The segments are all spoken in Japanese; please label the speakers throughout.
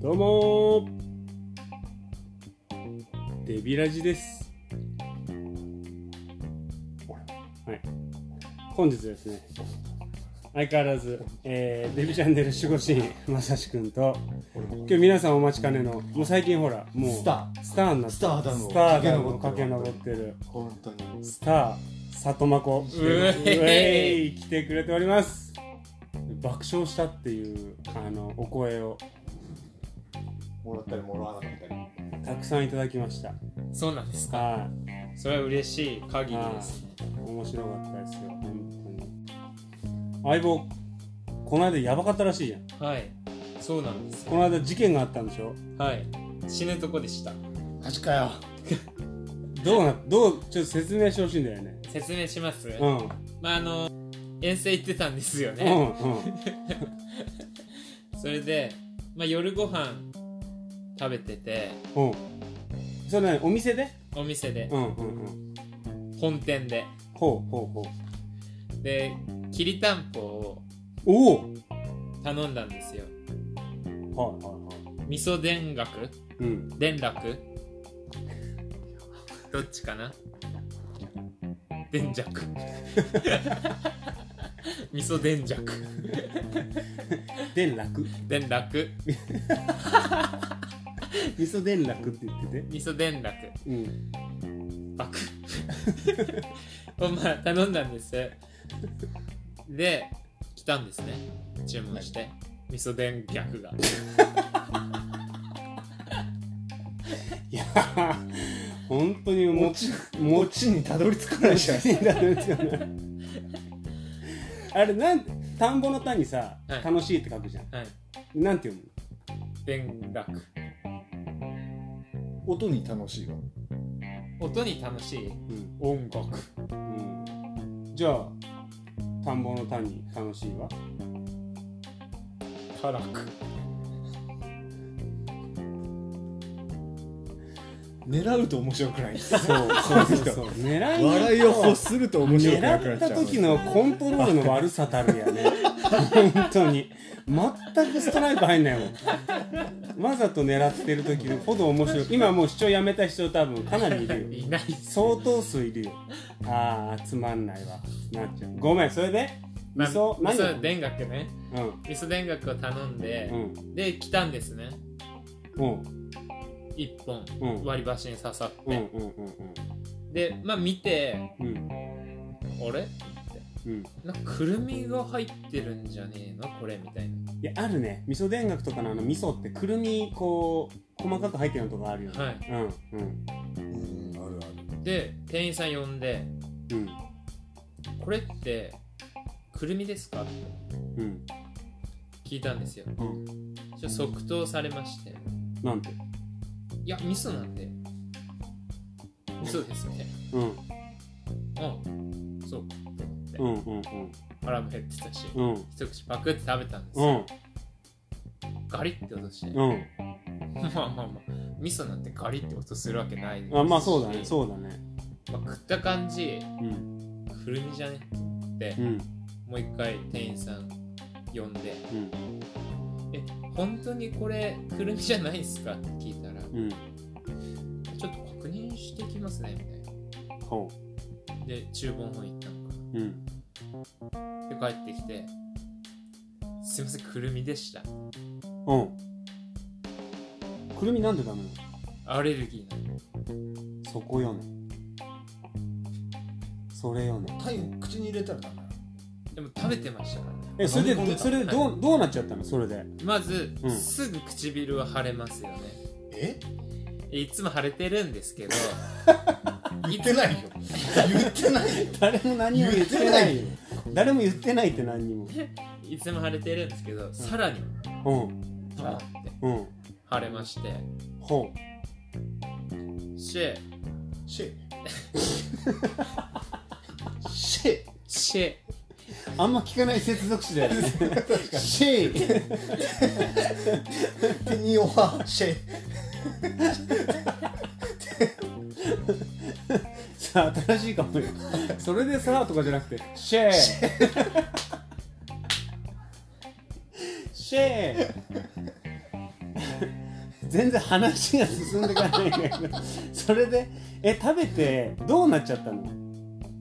Speaker 1: どうもーデビラジですはい本日ですね相変わらず、えーデビチャンネル守護神まさしくんと今日皆さんお待ちかねのもう最近ほらもう
Speaker 2: スター
Speaker 1: スターになって
Speaker 2: スターだの
Speaker 1: スターだの駆
Speaker 2: 駆け
Speaker 1: け
Speaker 2: 上
Speaker 1: 上
Speaker 2: っ
Speaker 1: っててる
Speaker 2: 本当に
Speaker 1: スター里真子
Speaker 3: うえいう
Speaker 1: えい来てくれております爆笑したっていうあのお声を
Speaker 2: もらったりもらわなかったり
Speaker 1: たくさんいただきました
Speaker 3: そうなんですか。
Speaker 1: は
Speaker 3: それは嬉しい限りですね。
Speaker 1: い面白かったですよ本当に相棒この間やばかったらしいじゃん
Speaker 3: はい。そうなんです
Speaker 1: こ
Speaker 3: よ。
Speaker 1: の間事件があったんでしょ
Speaker 3: はい。死ぬとこでした。
Speaker 2: マジかよ
Speaker 1: どうなどうちょっと説明してほしいんだよね
Speaker 3: 説明します。
Speaker 1: うん
Speaker 3: まああの遠征行ってたんですよ
Speaker 1: う
Speaker 3: ね。
Speaker 1: んうん
Speaker 3: それで、まあ夜ご飯食べてて
Speaker 1: うんそれねお店で
Speaker 3: お店で
Speaker 1: うんうんうん
Speaker 3: 本店で
Speaker 1: ほうほうほう
Speaker 3: できりたんぽを
Speaker 1: おお
Speaker 3: 頼んだんですよ。
Speaker 1: はいはいは
Speaker 3: 味噌田楽
Speaker 1: いうん
Speaker 3: 連 絡どっちかな 電弱味噌電弱
Speaker 1: 連絡
Speaker 3: 電楽
Speaker 1: 味噌連絡って言ってて
Speaker 3: 味噌電楽
Speaker 1: うん
Speaker 3: バクをまあ頼んだんですで来たんですね注文して味噌電逆が
Speaker 1: いや本当にも
Speaker 2: も
Speaker 1: う
Speaker 2: ち
Speaker 1: も
Speaker 2: もちにたどり着かないじゃん
Speaker 1: 死んだんですよね あれなん田んぼの田にさ、
Speaker 3: はい
Speaker 1: 楽しいって書くじゃん
Speaker 3: はい
Speaker 1: なんて読
Speaker 3: 電楽
Speaker 2: 音に楽しいわ
Speaker 3: 音に楽しい
Speaker 1: む
Speaker 3: 音楽
Speaker 1: の、うんうん、じゃあ田んぼの田に楽しいは
Speaker 3: タラク
Speaker 2: 狙うと面白くないです
Speaker 1: そうそうそうそう狙いに
Speaker 2: 笑いを欲すると面白くなくな
Speaker 1: 狙
Speaker 2: っ
Speaker 1: っ
Speaker 2: ちゃ
Speaker 1: た
Speaker 2: う
Speaker 1: 時のコントロールの悪さたるやね本当に全くストライク入んないもんわざと狙ってる時ほど面白い今もう視聴やめた人多分かなりいるよ
Speaker 3: いない
Speaker 1: 相当数いるよああつまんないわなっちゃうごめんそれで味噌、
Speaker 3: ま
Speaker 1: 何
Speaker 3: あ味噌田楽ね
Speaker 1: うん
Speaker 3: 味噌田楽を頼んで、
Speaker 1: うん
Speaker 3: で来たんですね
Speaker 1: うん
Speaker 3: 1本、
Speaker 1: うん
Speaker 3: 割り箸に刺さって、
Speaker 1: うんうんうん
Speaker 3: でまあ見て
Speaker 1: うんうん
Speaker 3: あれ
Speaker 1: うん
Speaker 3: なんかくるみが入ってるんじゃねえのこれみたいない
Speaker 1: やあるね味噌田楽とかのあの味噌ってくるみこう細かく入ってるのとかあるよね、
Speaker 3: は
Speaker 1: うんうん
Speaker 2: うんある
Speaker 3: で店員さん呼んで
Speaker 1: うん
Speaker 3: 「これってくるみですか?」って
Speaker 1: うん
Speaker 3: 聞いたんですよ
Speaker 1: うん
Speaker 3: そしたら即答されまして
Speaker 1: なんて
Speaker 3: 「いや味噌なんで味噌ですよね
Speaker 1: うん
Speaker 3: うんそう」と思って、
Speaker 1: うんうんうん
Speaker 3: 腹も減ってたし、
Speaker 1: うん
Speaker 3: 一口パクって食べたんです
Speaker 1: う
Speaker 3: よ、
Speaker 1: ん
Speaker 3: ガリって音して、
Speaker 1: うん
Speaker 3: まあまあまあ味噌なんてガリって音するわけないですし
Speaker 1: あまあそうだねそうだね
Speaker 3: まあ食った感じ
Speaker 1: うん
Speaker 3: くるみじゃねと思って、
Speaker 1: うん
Speaker 3: もう一回店員さん呼んで
Speaker 1: うん
Speaker 3: 「え本当にこれくるみじゃないですか?」って聞いたら
Speaker 1: う
Speaker 3: 「
Speaker 1: ん
Speaker 3: ちょっと確認してきますね」みたい
Speaker 1: ほ
Speaker 3: なで厨房の方行ったのか
Speaker 1: ううん
Speaker 3: なで帰ってきて「すいませんくるみでした
Speaker 1: うんくるみなんでダメなの
Speaker 3: アレルギーなの
Speaker 1: そこよねそれよね
Speaker 2: ある体を口に入れたらダメなの
Speaker 3: でも食べてましたからね
Speaker 1: えそれ
Speaker 2: 飲み込んで
Speaker 1: で
Speaker 2: た
Speaker 1: それでどうどうなっちゃったのそれで
Speaker 3: まず、
Speaker 1: うん
Speaker 3: すぐ唇は腫れますよね
Speaker 2: え
Speaker 3: いつも腫れてるんですけど
Speaker 2: 言ってないよ言ってないよ
Speaker 1: 誰も何も言ってないよ誰も言ってないって何にも
Speaker 3: いつも腫れてるんですけど、さらに
Speaker 1: うん
Speaker 3: ドーンって
Speaker 1: うん
Speaker 3: 腫れまして
Speaker 1: ほ
Speaker 3: シェ
Speaker 2: シェシェ
Speaker 3: シェ
Speaker 1: うあんま聞かない接続詞だよね シェイ
Speaker 2: テニオはシェ
Speaker 1: さあ新しいかもよそれでさあとかじゃなくてシェイシェイ全然話が進んでいかないんだけどそれでえ食べてどうなっちゃったの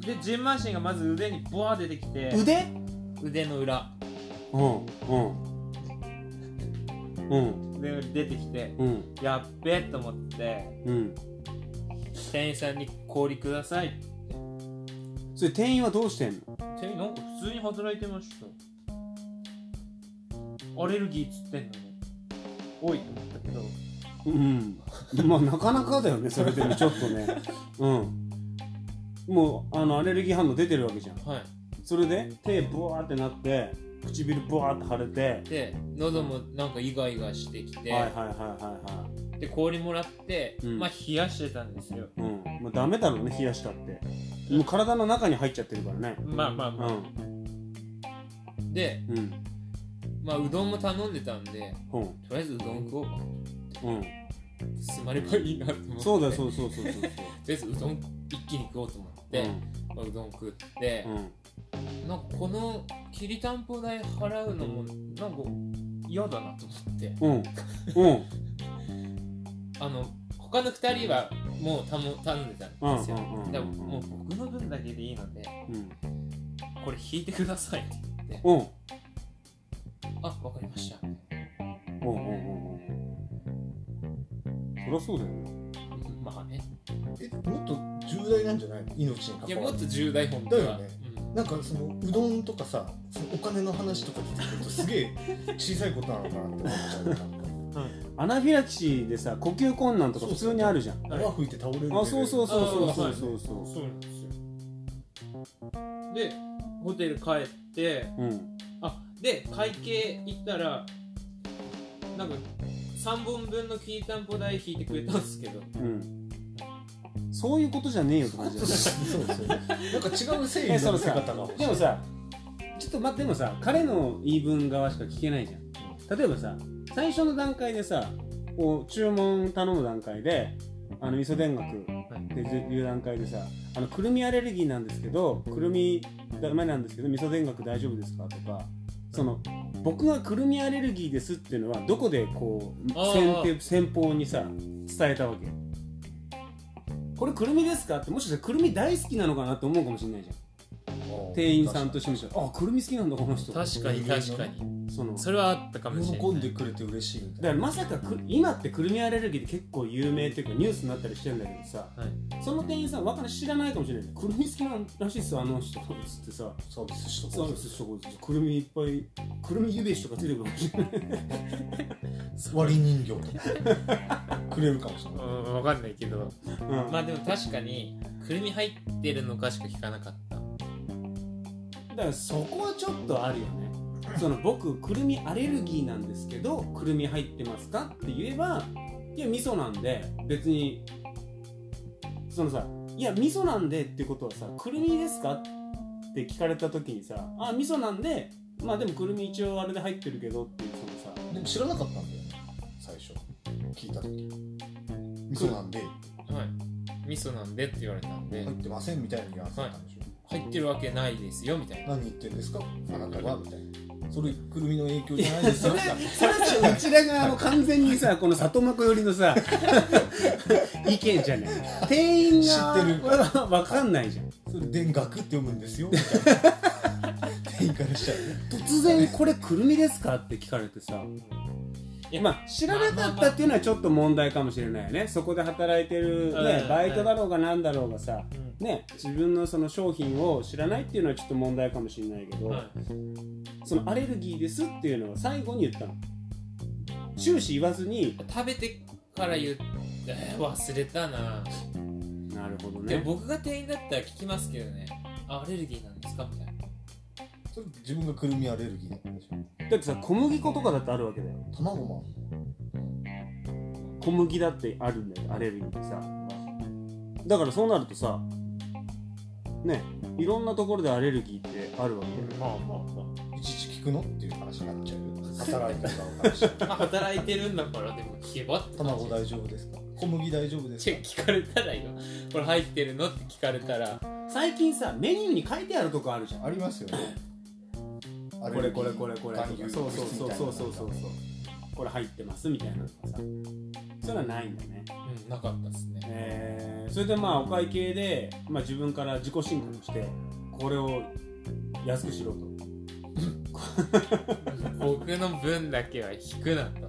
Speaker 3: でジンマシンがまず腕にボワー出てきて
Speaker 1: 腕
Speaker 3: 腕の裏
Speaker 1: うんうんうん
Speaker 3: 腕の裏出てきて
Speaker 1: うん
Speaker 3: やっべえと思って
Speaker 1: うん
Speaker 3: 店員さんに氷くださいって
Speaker 1: それ店員はどうしてんの
Speaker 3: 店員なんか普通に働いてましたアレルギーっつってんのにおいと思ったけど
Speaker 1: うんまあなかなかだよねそれでもちょっとねうんもうあのアレルギー反応出てるわけじゃん
Speaker 3: は
Speaker 1: それで手ブワーってなって唇ブワーって腫れて
Speaker 3: いで喉もなんかイガイガしてきて、
Speaker 1: はいはいはいはいは
Speaker 3: で氷もらって、
Speaker 1: うん
Speaker 3: まあ冷やしてたんですよ
Speaker 1: いうんもうダメだろうね冷やしたってもう体の中に入っちゃってるからね
Speaker 3: まあまあまあ、で
Speaker 1: うん
Speaker 3: まあうどんも頼んでたんで
Speaker 1: うん
Speaker 3: とりあえずうどん食おうか
Speaker 1: うん、うん、
Speaker 3: 進まればいいなと思って
Speaker 1: そうだよ
Speaker 3: う
Speaker 1: そうそうそうそうそう
Speaker 3: とりあえずうどん一気に食おうと思って、まあ、うどん食って
Speaker 1: う、ん
Speaker 3: なんかこのきりたんぽ代払うのもなんか嫌だなと思って
Speaker 1: うんうんうん
Speaker 3: あの他の2人はもうたも頼んでたんですよ、
Speaker 1: うんうんうんうん
Speaker 3: だからもう僕の分だけでいいので
Speaker 1: うん
Speaker 3: これ引いてくださいって言って
Speaker 1: うんうん
Speaker 3: あわかりました
Speaker 1: うんうんそりゃそうだよね
Speaker 3: まあね
Speaker 2: えもっと重大なんじゃないの命に関わる
Speaker 3: いやもっと重大本当は
Speaker 2: だよねなんかそのうどんとかさそのお金の話とか出てくるとすげえ小さいことなのかなって思っちゃうなんか
Speaker 1: アナフィラキシーでさ呼吸困難とか普通にあるじゃん
Speaker 3: はい
Speaker 2: 泡吹いて倒れるレベル
Speaker 1: あそうそうそうそうそうそう
Speaker 3: うん
Speaker 1: そ
Speaker 3: そうなんですよでホテル帰って
Speaker 1: ううん
Speaker 3: あで会計行ったらなんか3本分のきりたんぽ代引いてくれたんですけど
Speaker 1: うんそういうことじゃねえよって感じだよね
Speaker 2: そうそうなんか違う正
Speaker 1: え
Speaker 2: 義
Speaker 1: その
Speaker 2: の見せ
Speaker 1: さ
Speaker 2: 方が欲しい
Speaker 1: でもさちょっと待ってでもさ彼の言い分側しか聞けないじゃん例えばさ最初の段階でさこう注文頼む段階であの磯田楽っていう段階でさあのくるみアレルギーなんですけどくるみダメなんですけど味噌田楽大丈夫ですかとかその僕がくるみアレルギーですっていうのはどこでこう
Speaker 3: あー
Speaker 1: 先手先方にさ伝えたわけこれくるみですかってもしかしたらくるみ大好きなのかなって思うかもしれないじゃん店員さんとしてもしたらあくるみ好きなんだこの人
Speaker 3: 確かに確かに
Speaker 1: その
Speaker 3: それはあったかもしれない
Speaker 2: 喜んでくれて嬉しいみたい
Speaker 1: だからまさかく今ってくるみアレルギーって結構有名っていうかニュースになったりしてんだけどさ、
Speaker 3: はい
Speaker 1: その店員さんわかんない知らないかもしれないくるみ好きなんらしいっすよあの人っつってさ
Speaker 2: なサービスしと
Speaker 1: サ
Speaker 2: こ
Speaker 1: ービスしとこうぜくるみいっぱいくるみゆべしとか出てくるかもしれないう
Speaker 2: 割り人形とかくれるかもしれ
Speaker 3: う
Speaker 2: ない
Speaker 3: ん分かんないけど
Speaker 1: うん
Speaker 3: まあでも確かにくるみ入ってるのかしか聞かなかった
Speaker 1: だからそこはちょっとあるよねその僕くるみアレルギーなんですけどくるみ入ってますかって言えばいや味噌なんで別にそのさいや味噌なんでってことはさくるみですかって聞かれた時にさあ味噌なんでまあでもくるみ一応あれで入ってるけどっていうそのさ
Speaker 2: でも知らなかったんだよね最初聞いた時味噌なんで
Speaker 3: はい味噌なんでって言われたんで、
Speaker 2: 入ってませんみたいなニュアンスだったんでしょ、
Speaker 3: 入ってるわけないですよみたいな
Speaker 2: 何言ってんですかあなたはみたいなそれくるみの影響じゃないですよみたいな
Speaker 1: それはうちらがあの完全にさこの里真子寄りのさ 意見じゃね店員が
Speaker 2: 知ってる
Speaker 1: 分かんないじゃん
Speaker 2: それ電学って読むんですよみたいな店員からしちゃうね
Speaker 1: 突然これくるみですかって聞かれてさ
Speaker 3: いや
Speaker 1: まあ知らなかったっていうのはちょっと問題かもしれないよねそこで働いてる、
Speaker 3: うん
Speaker 1: ね
Speaker 3: うん
Speaker 1: バイトだろうがなんだろうがさ、ね、自分のその商品を知らないっていうのはちょっと問題かもしれないけど、
Speaker 3: はい
Speaker 1: そのアレルギーですっていうのは最後に言ったの終始言わずに
Speaker 3: 食べてから言ってえー忘れたな、
Speaker 1: なるほど
Speaker 3: で
Speaker 1: ね
Speaker 3: 僕が店員だったら聞きますけどねあアレルギーなんですかみたいな
Speaker 2: それ自分がくるみアレルギーだったんでしょ
Speaker 1: だってさ小麦粉とかだってあるわけだよ
Speaker 2: 卵も
Speaker 1: 小麦だってあるんだよアレルギーってさだからそうなるとさねいろんなところでアレルギーってあるわけよ
Speaker 3: まあまあま
Speaker 2: いちいち聞くのっていう話になっちゃうよ働いてたお話
Speaker 3: あ働いてるんだからでも聞けばって
Speaker 2: 卵大丈夫ですか小麦大丈夫です
Speaker 3: チ
Speaker 2: か
Speaker 3: ェ 聞かれたらよこれ入ってるのって聞かれたら
Speaker 1: 最近さメニューに書いてあるとこあるじゃん
Speaker 2: ありますよね
Speaker 1: これこれこれこれ
Speaker 2: 含有
Speaker 1: そうそうそうそうそうそうそうこれ入ってますみたいなのがさそういうのはないんだね
Speaker 3: うん、なかったですね。
Speaker 1: えーそれでまあお会計で、まあ、自分から自己申告してこれを安くしろと
Speaker 3: 僕の分だけは引くなと。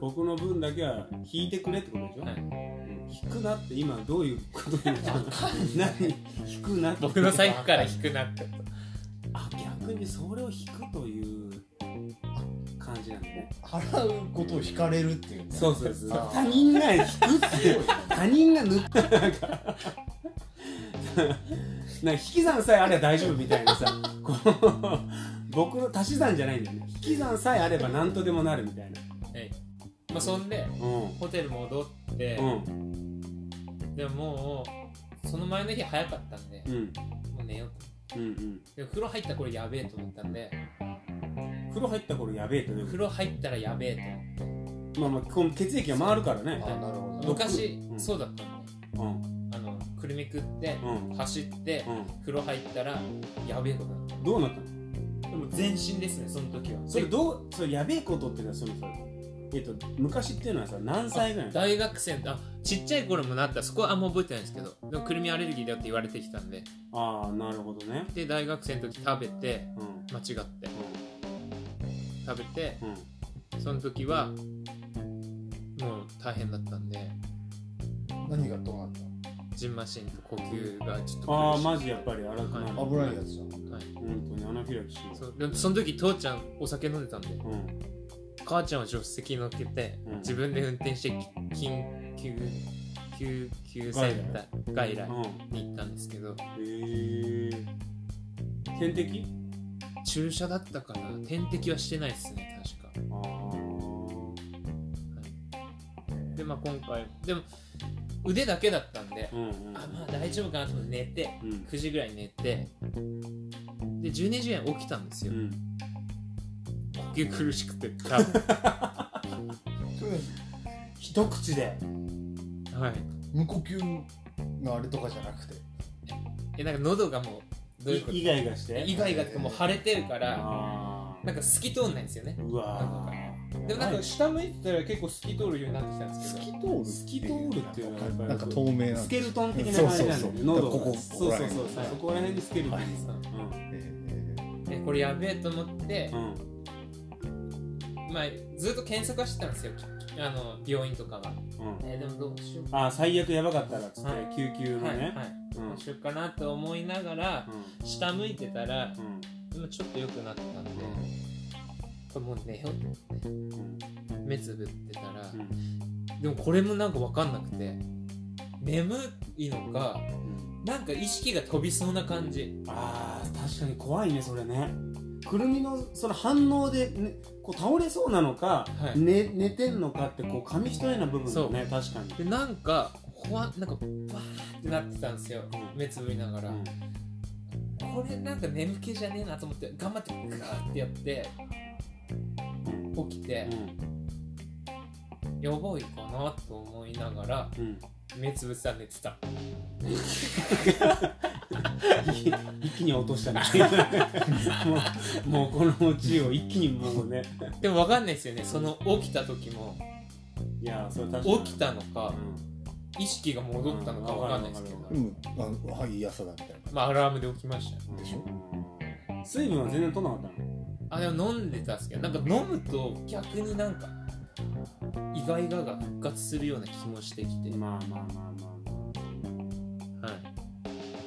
Speaker 1: 僕の分だけは引いてくれってことでしょ、
Speaker 3: はい
Speaker 1: うん引くなって今どういうこと言うの何引くなって
Speaker 3: 僕の財布から引くなってこと。
Speaker 1: あ逆にそれを引くという感じなんだね
Speaker 2: 払うことを引かれるっていうね
Speaker 1: そうそうそう
Speaker 2: あー
Speaker 1: 他人が引くって他人が抜くなんか引き算さえあれば大丈夫みたいなさこの僕の足し算じゃないんだよね引き算さえあれば何とでもなるみたいな
Speaker 3: はい。まあ、そんで、
Speaker 1: うん
Speaker 3: ホテル戻って、
Speaker 1: うん
Speaker 3: でももう、その前の日早かったんで
Speaker 1: う、ん
Speaker 3: もう寝よう
Speaker 1: うん
Speaker 3: と。で、風呂入った頃やべえと思ったんで、
Speaker 1: うん風呂入った頃やべえとね
Speaker 3: 風呂入ったらやべえと思って。
Speaker 1: まあまあこの血液が回るから
Speaker 2: あ
Speaker 1: ね
Speaker 2: ーなるほど
Speaker 3: 昔、
Speaker 1: うん
Speaker 3: そうだったんで、
Speaker 1: うん
Speaker 3: あの、くるみ食って、
Speaker 1: うん
Speaker 3: 走って、
Speaker 1: う
Speaker 3: 風呂入ったら、やべえことになっ
Speaker 1: んどうなったの
Speaker 3: た。でも全身ですね、その時は。
Speaker 1: それどうそれやべえことっていうのはそのさえっと昔っていうのはさ何歳ぐらいなの
Speaker 3: 大学生のあちっちゃい頃もなったそこはあんま覚えてないんですけどでもくるみアレルギーだよって言われてきたんで
Speaker 1: ああなるほどね
Speaker 3: で大学生の時食べて
Speaker 1: うん
Speaker 3: 間違って食べて
Speaker 1: うんうん
Speaker 3: その時はもう大変だったんで
Speaker 2: 何がどうなった
Speaker 3: ジンマシンと呼吸がちょっと
Speaker 1: ああ
Speaker 3: 苦しい
Speaker 1: マジやっぱり荒くなる、
Speaker 2: の危ないやつじゃん
Speaker 3: はい、
Speaker 1: 本当にアナフィラキシー
Speaker 3: そうでもその時父ちゃんお酒飲んでたんで
Speaker 1: うん
Speaker 3: 母ちゃんを助手席に乗っけて、
Speaker 1: うん
Speaker 3: 自分で運転してき緊急救急センター外来
Speaker 1: うん
Speaker 3: に行ったんですけど
Speaker 1: へえ点滴
Speaker 3: 注射だったかな点滴はしてないですね確か
Speaker 1: ああ
Speaker 3: でまあ今回でも腕だけだったんで、
Speaker 1: うんうん
Speaker 3: あまあ大丈夫かなと思って寝て
Speaker 1: うん
Speaker 3: 9時ぐらいに寝てで12時ぐらいに起きたんです
Speaker 1: う
Speaker 3: よ、
Speaker 1: ん
Speaker 3: 呼吸苦し くて多分
Speaker 2: それ
Speaker 1: 一口で
Speaker 3: はい
Speaker 2: 無呼吸のあれとかじゃなくて
Speaker 3: えなんか喉がもうどういうこと
Speaker 1: いイガイガして
Speaker 3: 意外がもう腫れてるから
Speaker 1: ああ
Speaker 3: なんか透き通んないんですよね
Speaker 1: うわー
Speaker 3: でもなんか下向いてたら結構透き通るようになってきたんです
Speaker 2: 透
Speaker 3: けど
Speaker 2: き通る
Speaker 1: 透き通るっていうのはやっぱり
Speaker 2: なんか透明な
Speaker 1: スケルトン的な感じなんだ
Speaker 2: そ
Speaker 1: よ
Speaker 2: うそう
Speaker 1: ね
Speaker 2: そう
Speaker 1: 喉が
Speaker 2: こ
Speaker 1: そう
Speaker 2: こ
Speaker 1: そうそう
Speaker 3: はい
Speaker 1: そこら辺にスケルトンです
Speaker 3: そ
Speaker 1: う
Speaker 3: う
Speaker 1: ん
Speaker 2: え
Speaker 3: でこれやべえと思って
Speaker 1: う、ん
Speaker 3: まあ、ずっと検索はしてたんですよきあの病院とかは、
Speaker 1: うん
Speaker 3: えーでもどうしようか
Speaker 1: あー最悪やばかったらっつって
Speaker 3: はい
Speaker 1: 救急の
Speaker 3: はいは
Speaker 1: ね
Speaker 3: い、
Speaker 1: うん
Speaker 3: どうしようかなと思いながら、下向いてたら、
Speaker 1: うんうん
Speaker 3: でもちょっと良くなったんで、これもう寝ようと思って
Speaker 1: うん
Speaker 3: 目つぶってたら、
Speaker 1: うん
Speaker 3: でもこれもなんか分かんなくて眠いのか
Speaker 1: うん
Speaker 3: なんか意識が飛びそうな感じ
Speaker 1: あー確かに怖いねそれねくるみのその反応で、ね、こう倒れそうなのか、
Speaker 3: はい
Speaker 1: ね、寝てんのかってこう紙一重な部分だね確かに、
Speaker 3: でなんかほわなんかバーってなってたんですよ、
Speaker 1: うん
Speaker 3: 目つぶりながら、
Speaker 1: うん
Speaker 3: これなんか眠気じゃねえなと思って頑張ってガーってやって起きて
Speaker 1: う、ん
Speaker 3: やばいかなと思いながら
Speaker 1: うん、
Speaker 3: 目つぶってたら寝てた
Speaker 1: 一気に落としたねもうもうこのオチを一気にもうね
Speaker 3: でも分かんないですよねその起きた時も
Speaker 1: いやそれ確かに
Speaker 3: 起きたのか、
Speaker 1: うん
Speaker 3: 意識が戻ったのかわかんないですけど、
Speaker 1: うん
Speaker 2: ーうんあのはいい朝だみたいな
Speaker 3: まあアラームで起きました
Speaker 2: でしょ
Speaker 1: うん水分は全然取らなかったの
Speaker 3: あでも飲んでたんですけどなんか飲むと逆になんか意外がが復活するような気もしてきて、は
Speaker 1: まあまあまあまあま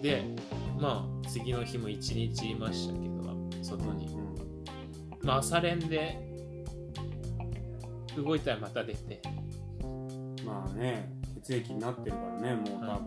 Speaker 3: い、でまあ次の日も一日いましたけど
Speaker 1: あ
Speaker 3: 外に
Speaker 1: うん
Speaker 3: まあ朝練で動いたらまた出て
Speaker 1: まあね、血液になってるからね、もう多分。
Speaker 3: は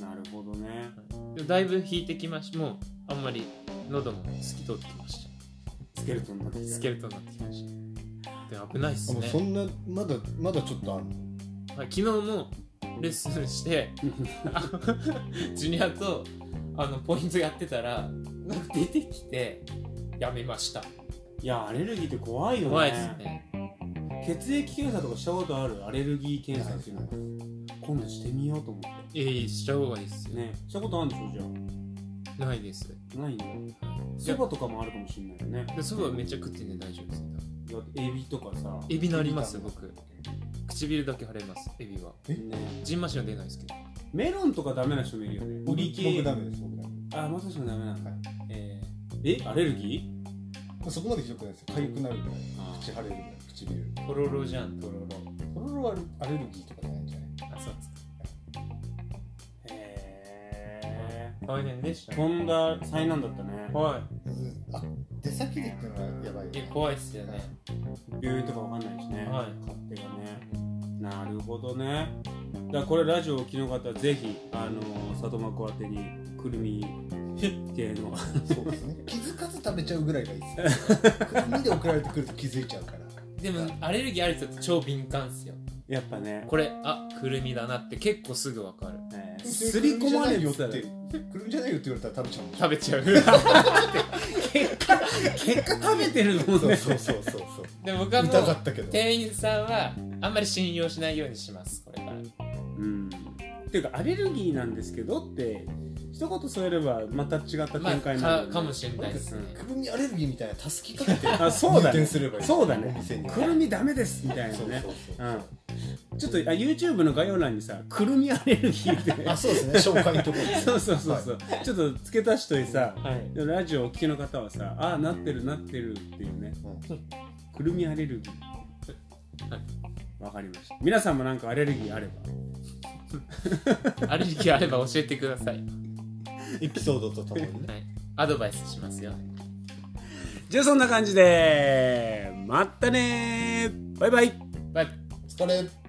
Speaker 1: なるほどね。
Speaker 3: でもだいぶ引いてきましたもうあんまり喉も透き通ってきました
Speaker 1: スケルトンになってきた
Speaker 3: スケルトンになってきましたで危ないっす
Speaker 2: あもうそ
Speaker 3: ね、
Speaker 2: んなまだまだちょっとあるの
Speaker 3: はい、昨日もレッスンして あのジュニアとあのポイントやってたらなんか出てきてやめました
Speaker 1: いや、アレルギーって怖いよね。
Speaker 3: 怖いですね
Speaker 1: 血液検査とかしたことあるアレルギー検査っていうの今度してみようと思っ
Speaker 3: ええした方がいいです
Speaker 1: て。
Speaker 3: よ、
Speaker 1: ね、したことあるんでしょ、じゃ
Speaker 3: ないです
Speaker 1: ないねそばとかもあるかもしれないよね
Speaker 3: でそばめっちゃ食ってんで大丈夫です
Speaker 1: だってエビとかさ
Speaker 3: エビなります
Speaker 2: エビだ
Speaker 3: 僕唇だけ腫れますエビは
Speaker 1: ね
Speaker 3: ジンマシンは出ないですけど
Speaker 1: メロンとかダメな人もいるよね売
Speaker 2: 僕
Speaker 1: り切
Speaker 2: 僕
Speaker 1: れ
Speaker 2: ダメです僕ダメ
Speaker 1: あまさしもダメなんだ
Speaker 2: は
Speaker 1: えーえアレルギ
Speaker 2: そこまでひどくないですよ痒くなるぐらい
Speaker 1: あー
Speaker 2: 口腫れるぐらい唇
Speaker 3: とろろじゃんとろろ
Speaker 2: これはアレルギーとかじゃないんじゃない
Speaker 3: あそうです
Speaker 1: ーへ
Speaker 3: か大変でし
Speaker 1: え
Speaker 3: た
Speaker 1: とんだ災難だったね
Speaker 3: 怖
Speaker 2: う
Speaker 3: い
Speaker 2: んあ出先でっていうのはやばいよ
Speaker 3: え
Speaker 2: ね
Speaker 3: 怖いっすよね
Speaker 1: 病院とかわかんないしね、
Speaker 3: はい
Speaker 1: 勝手がねなるほどねだからこれラジオをお聞きの方はぜひあのー里真子宛てにくるみ系の
Speaker 2: そうですね気づかず食べちゃうぐらいがいいですね国で送られてくると気づいちゃうから
Speaker 3: でもアレルギーある人って超敏感っすよ
Speaker 1: やっぱね
Speaker 3: これあくるみだなって結構すぐわかる
Speaker 1: えー
Speaker 2: す
Speaker 1: す
Speaker 2: り
Speaker 1: り
Speaker 2: 込
Speaker 1: 込
Speaker 2: ま
Speaker 1: ま
Speaker 2: れ
Speaker 1: れ
Speaker 2: るよ
Speaker 1: て
Speaker 2: って
Speaker 1: たら
Speaker 2: くるんじゃないよって言われたら食べちゃうんでしょ
Speaker 3: 食べちゃ う
Speaker 1: 結果結果食べてるのもんね
Speaker 2: そうそうそうそうそう
Speaker 3: で僕はも
Speaker 2: 痛か
Speaker 3: う
Speaker 2: ったけど
Speaker 3: 店員さんはあんまり信用しないようにしますこれから
Speaker 1: うんっていうかアレルギーなんですけどって一言添えればまた違った
Speaker 3: まあ
Speaker 1: 展開になるよ
Speaker 3: か
Speaker 1: ね
Speaker 3: かもしれないですね
Speaker 2: くるみアレルギーみたいなたすきかけて
Speaker 1: あそうだ
Speaker 2: 入
Speaker 1: ね
Speaker 2: 店すればいい
Speaker 1: そうだね
Speaker 2: お店に
Speaker 1: くるみダメですみたいな
Speaker 2: そう
Speaker 1: ね
Speaker 2: そうそう
Speaker 1: うんちょっとあ YouTube の概要欄にさくるみアレルギーって
Speaker 2: あそうですね紹介のところ
Speaker 1: そうそうそうそう、ちょっと付け足しといてさ
Speaker 3: はい
Speaker 1: ラジオをお聞きの方はさああなってるなってるっていうねくるみアレルギー
Speaker 3: は
Speaker 1: わかりました皆さんもなんかアレルギーあれば
Speaker 3: アレルギーあれば教えてください、は
Speaker 2: エピソードとともにね
Speaker 3: い、アドバイスしますよ
Speaker 1: じゃあそんな感じでまたねーバイバイ
Speaker 3: バイバイ
Speaker 2: 疲れ